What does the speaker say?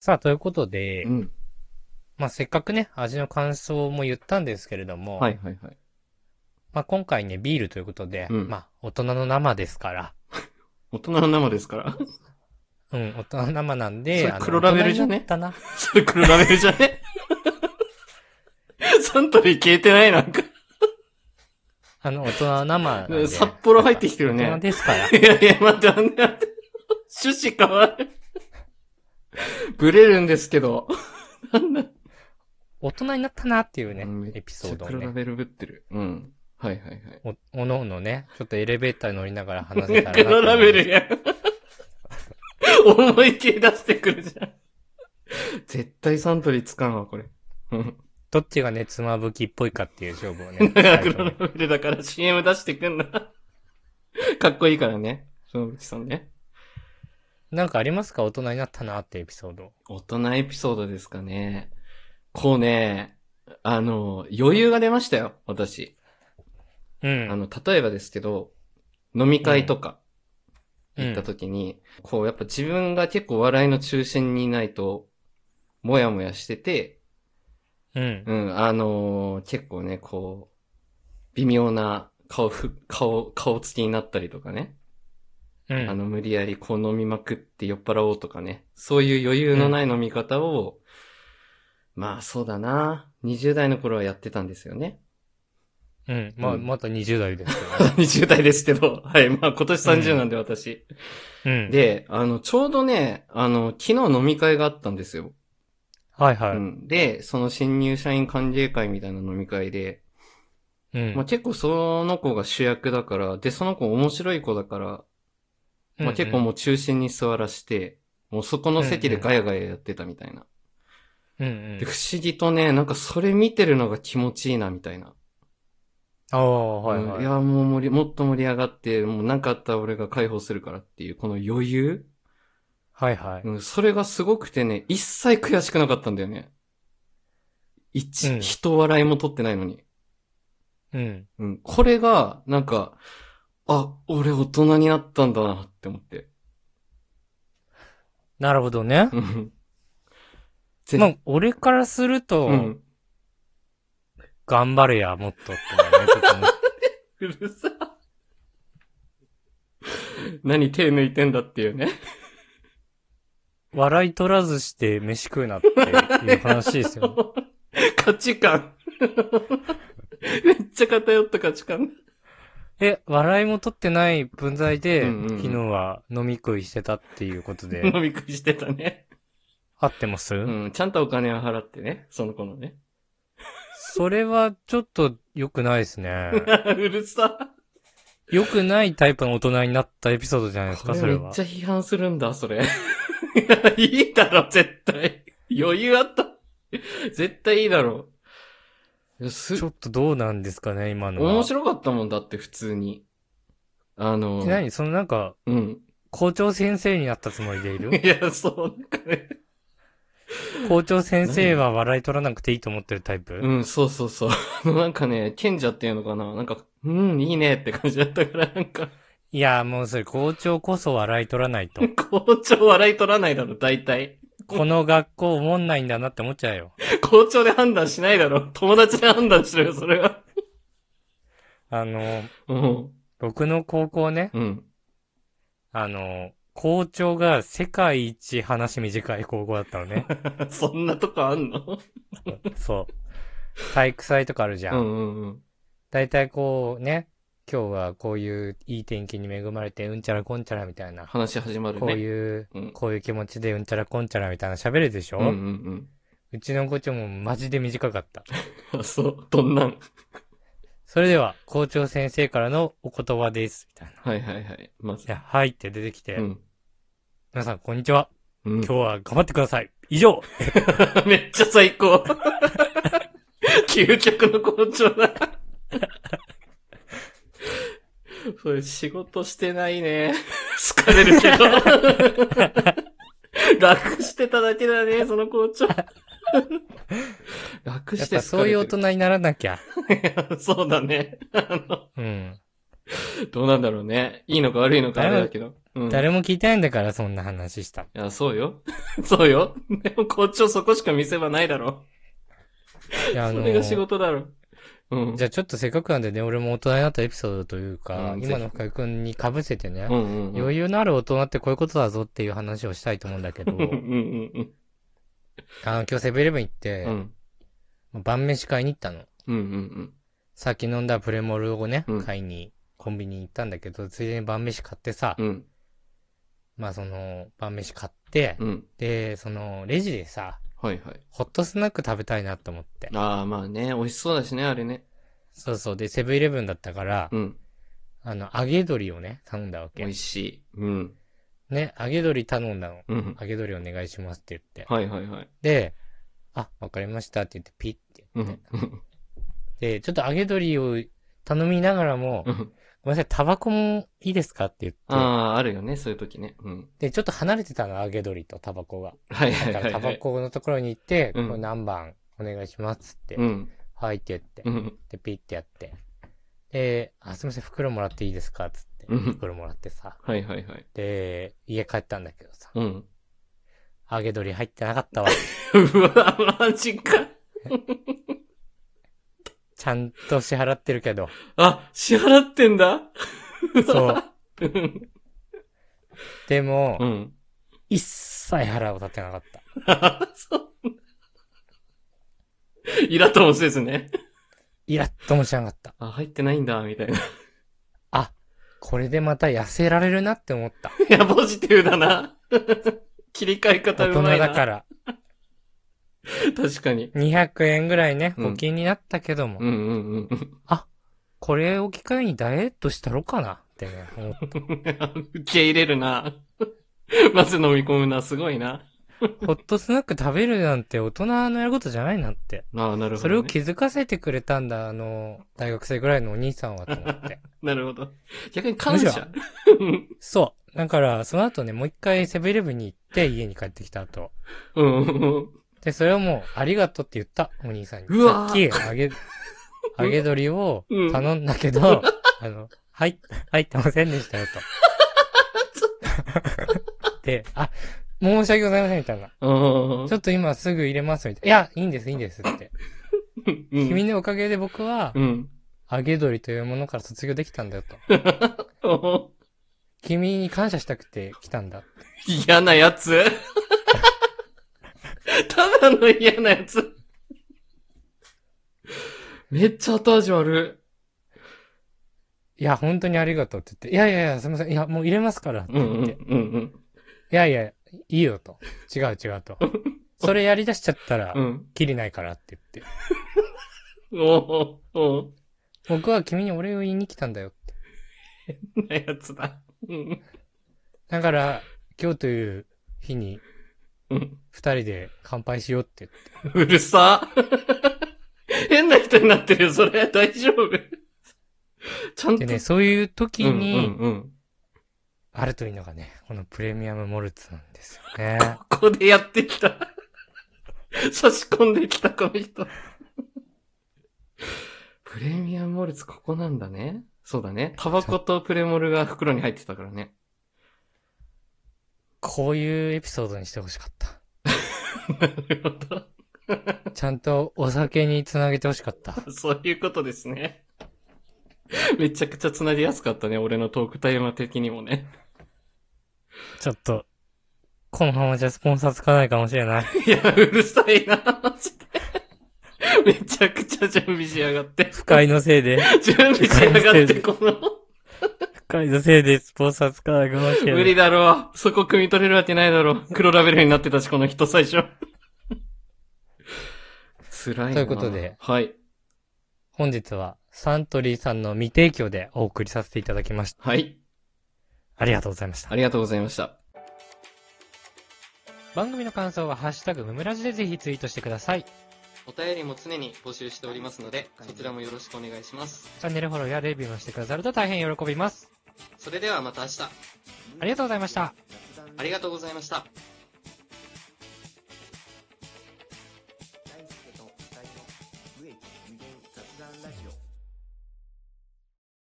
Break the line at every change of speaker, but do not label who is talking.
さあ、ということで、
うん。
まあ、せっかくね、味の感想も言ったんですけれども、
はいはいはい。
まあ、今回ね、ビールということで、
うん
まあ、大人の生ですから、
大人の生ですから。
うん、大人の生なんで、
それ
あの
黒ラベルじゃね
大人になっ
それ黒ラベルじゃね サントリー消えてないなんか。
たな。あの、大人の生なんで。
札幌入ってきてるね
大人ですから。
いやいや、待って待って待って。趣旨変わる。ブレるんですけど。
大人になったなっていうね
うんめっ、ちゃ
エピソードを
黒ラ
ね。
ベルぶってる。うん。はいはいはい。
お、おのおのね、ちょっとエレベーターに乗りながら話せたらなと思
黒
いま
ラ
す
ベルやん。思いっきり出してくるじゃん。絶対サントリーつかんわ、これ。うん
どっちがね、つまぶきっぽいかっていう勝負をね。
だ
し
から
たいと
黒
思い
ラ
ます
ベルだから CM 出してくんな。 かっこいいからね。そのうちさんね。
なんかありますか大人になったなってエピソード。
大人エピソードですかね。こうね、あの、余裕が出ましたよ、私。
う
あ
ん。
の、例えばですけど、飲み会とか
うん
行った時に、こう、やっぱ自分が結構笑いの中心にいないと、もやもやしてて、
うん。
うん、あのー結構ね、こう、微妙な顔ふ、顔、顔つきになったりとかね、
うん。
あの、無理やりこう飲みまくって酔っ払おうとかね、そういう余裕のない飲み方を、まあそうだな、20代の頃はやってたんですよね。
うん。まあ、
うん
まだ20代ですけ
20代ですけど、はい、まあ今年30なんで私。
ど。うん。、
で、あの、ちょうどね、あの、昨日飲み会があったんですよ。
はいは
う
い。
ん、で、その新入社員歓迎会みたいな飲み会で、
うん。
まあ結構その子が主役だから、で、その子面白い子だから、まあ結構もう中心に座らして、もうそこの席でガヤガヤやってたみたいな。
うんうん
で、。不思議とね、なんかそれ見てるのが気持ちいいなみたいな。
ああ、はいはいい。
や、もう盛り、もっと盛り上がって、もうなんかあったら俺が解放するからっていう、この余裕
はいはい。
うん、それがすごくてね、一切悔しくなかったんだよね。一、
うん
人笑いも取ってないのに。
うん。
うん、これが、なんか、あ、俺大人になったんだなって思って。
なるほどね。
うん。ぜ
まあ、俺からする
う
と、
ん。
頑張れや、もっとってのはね、ちょっと思っ
うるさ。 何手抜いてんだっていうね。
笑い取らずして飯食うなっていう話ですよね。
価値観。 めっちゃ偏った価値観。
え、笑いも取ってない分際で、
うんうんうん
昨日は飲み食いしてたっていうことで、
飲み食いしてたね。
合ってます、
うん、ちゃんとお金を払ってね、その子のね。
それはちょっと良くない ですね。
うるさ。
良くないタイプの大人になったエピソードじゃないです
こ
か、
れ
それ
めっ
は
ち。ゃ批判するんだ、それ。 いやいいだろ、絶対。余裕あった。絶対いいだろ。いやす
ちょっとどうなんですかね、今のは。
面白かったもんだって、普通に。あの、
え何そのなんか、
うん。
校長先生になったつもりでい る
いや、そう、なんかね。
校長先生は笑い取らなくていいと思ってるタイプ、
うん、そうそうそう。 あのなんかね、賢者っていうのかななんか、うん、いいねって感じだったから、なんか、
いや、もうそれ校長こそ笑い取ら ないと。
校長笑い取らないだろ、大体。
この学校思んないんだなって思っちゃうよ。
校長で判断しないだろ。友達で判断しろよ、それは。
あの、
うん。
僕の高校ね、
うん。
あの、校長が世界一話短い高校だったの ね。
そんなとこあんの
そう。体育祭とかあるじゃ
うんうんうん。
大体こうね、今日はこういういい天気に恵まれて、うんちゃらこんちゃらみたいな、
話始まるね。
こういう、
うん。
こういう気持ちでうんちゃらこんちゃらみたいな喋るでしょ、
う
うん
うん
ちの校長もマジで短かった。
うん。あ、そう。どんなん。
それでは、校長先生からのお言葉です、みたいな。
はいはいはい。まず
い。や、はいって出てきて、
うん。
皆さんこんにちは。
うん、
今日は頑張ってください。以上
めっちゃ最高。 究極の校長だ。それ仕事してないね。好かれるけど。 楽してただけだね、その校長。楽
やっ
して
ぱそういう大人にならなきゃ。
人。そうだね。あの
うん。
どうなんだろうね。いいのか悪いのかあれだけど。うん、
誰も聞いてないんだから、そんな話した。
いや、そうよ。 そうよ。でも、こっちをそこしか見せ場ないだろ。
いや、あ
そ
の
れが仕事だろ。うん。
じゃあちょっとせっかくなんでね、俺も大人になったエピソードというか、
うん
今の深井くんに被せてね、
うんうんうん。
余裕のある大人ってこういうことだぞっていう話をしたいと思うんだけど
うん、うんうん
あの、今日セブンイレブン行って
う、ん。
晩飯買いに行ったの。
うんうんうん。
さっき飲んだプレモルをね
うん、
買いに、コンビニに行ったんだけど、ついでに晩飯買ってさ、
うん
まあその、晩飯買って、
うん。
で、その、レジでさ、
はいはい。
ホットスナック食べたいなと思って。
ああ、まあね、美味しそうだしね、あれね。
そうそう。で、セブンイレブンだったから、
うん。
あの、揚げ鶏をね、頼んだわけ
美味。しい。うん。
ね、揚げ鶏頼んだの。
うん。
揚げ鶏お願いしますって言って。
はいはいはい。
で、あ、わかりましたって言ってピッて
う
言って
ん。。うん
で、ちょっと揚げ鶏を頼みながらも、
うん。
ごめんなさい、タバコもいいですかって言
あ
って。
あ、あるよね、そういう時ね。うん。
で、ちょっと離れてたの、揚げ鶏とタバコが。
はい
だ
はい
か
は
ら
い
タ
は
バ
い。
コのところに行って、
うん
これ何番お願いしますって
う。ん。
はいって言って
う。ん。
で、ピッてやって。で、あ、すみません、袋もらっていいですかつって。
うん
袋もらってさ。
はいはいはい。
で、家帰ったんだけどさ。
うん。
揚げ鶏入ってなかったわ。
うわ、マジか。
ちゃんと支払ってるけど。
あ、支払ってんだ
そう。
うん。
でも、
うん。
一切腹を立てなかった。
そう。イラッともせずね。
イラッともしなかった。
あ、入ってないんだ、みたいな。
あ、これでまた痩せられるなって思 った。
いや、ポジティブだな。切り替え方
大
う
人
まいな。
だから。
確かに。
200円ぐらいね、
うん
募金になったけども、
うんうんうん
これを機会にダイエットしたろかなってね、思った
うん。受け入れるな。まず飲み込むな、すごいな。
ホットスナック食べるなんて大人のやることじゃないなって。
ああ、なるほど、ね。
それを気づかせてくれたんだ、あの、大学生ぐらいのお兄さんはと思って。
なるほど。逆に感謝。
そう。だから、その後ね、もう一回セブンイレブンに行って、家に帰ってきた後。
うんうんうん。
で、それをもう、ありがとうって言った、お兄さんに。
うわ
さっき、
ー
揚 げ、揚げ鶏を
うん
頼んだけ ど、あの、はい、入ってませんでしたよ と。で、あ、申し訳ございませんみたいな。
あ
ちょっと今すぐ入れますみたいな。いや、いいんです、いいんですって。
あ。
君のおかげで僕は
う、ん。
揚げ鶏というものから卒業できたんだよと。
うん。
君に感謝したくて来たんだ。
嫌なやつ。 ただの嫌なやつ。めっちゃ後味悪
いや、本当にありがとうって言って、いやいやいや、すみません。いや、もう入れますからって
い。う
言っ
んうん
て、い
うん
やいや、いいよと。違う違う と。それやり出しちゃったら
う、ん。
きりないからって言って。
うん。おおおお
僕は君にお礼を言いに来たんだよ。
嫌なやつだ。うん。
だから、今日という日に
うん
二人で乾杯しようって言って。
うるさ。変な人になってるよ、それ。大丈夫。ちゃんと。
でね、そういう時
うん
に、
うんうん。
あるというのがね、このプレミアムモルツなんですよね。
ここでやってきた。差し込んできた、この人。プレミアムモルツ、ここなんだね。そうだね。タバコとプレモルが袋に入ってたからね。
こういうエピソードにしてほしかった。
なるほど。
ちゃんとお酒につなげてほしかった。
そういうことですね。めちゃくちゃ繋ぎやすかったね、俺のトークタイマー的にもね。
ちょっと、このままじゃスポンサーつかないかもしれない。
いや、うるさいな、マジで。めちゃくちゃ準備しやがって。
不快のせい で、
準備しやがって、この。
不快のせいでスポンサーつかないかもしれな
無
い。
理だろう。そこ汲み取れるわけないだろう。黒ラベルになってたし、この人最初。辛いな。
ということで
はい。
本日はサントリーさんの未提供でお送りさせていただきました。
はい。
ありがとうございました
あ。りがとうございました。
番組の感想はハッシュタグムムラジでぜひツイートしてください。チ
お便りも常に募集しておりますので、そちらもよろしくお願いします。
ャンネルフォローやレビューもしてくださると大変喜びます。
それではまた明日、
ありがとうございました。
ありがとうございました。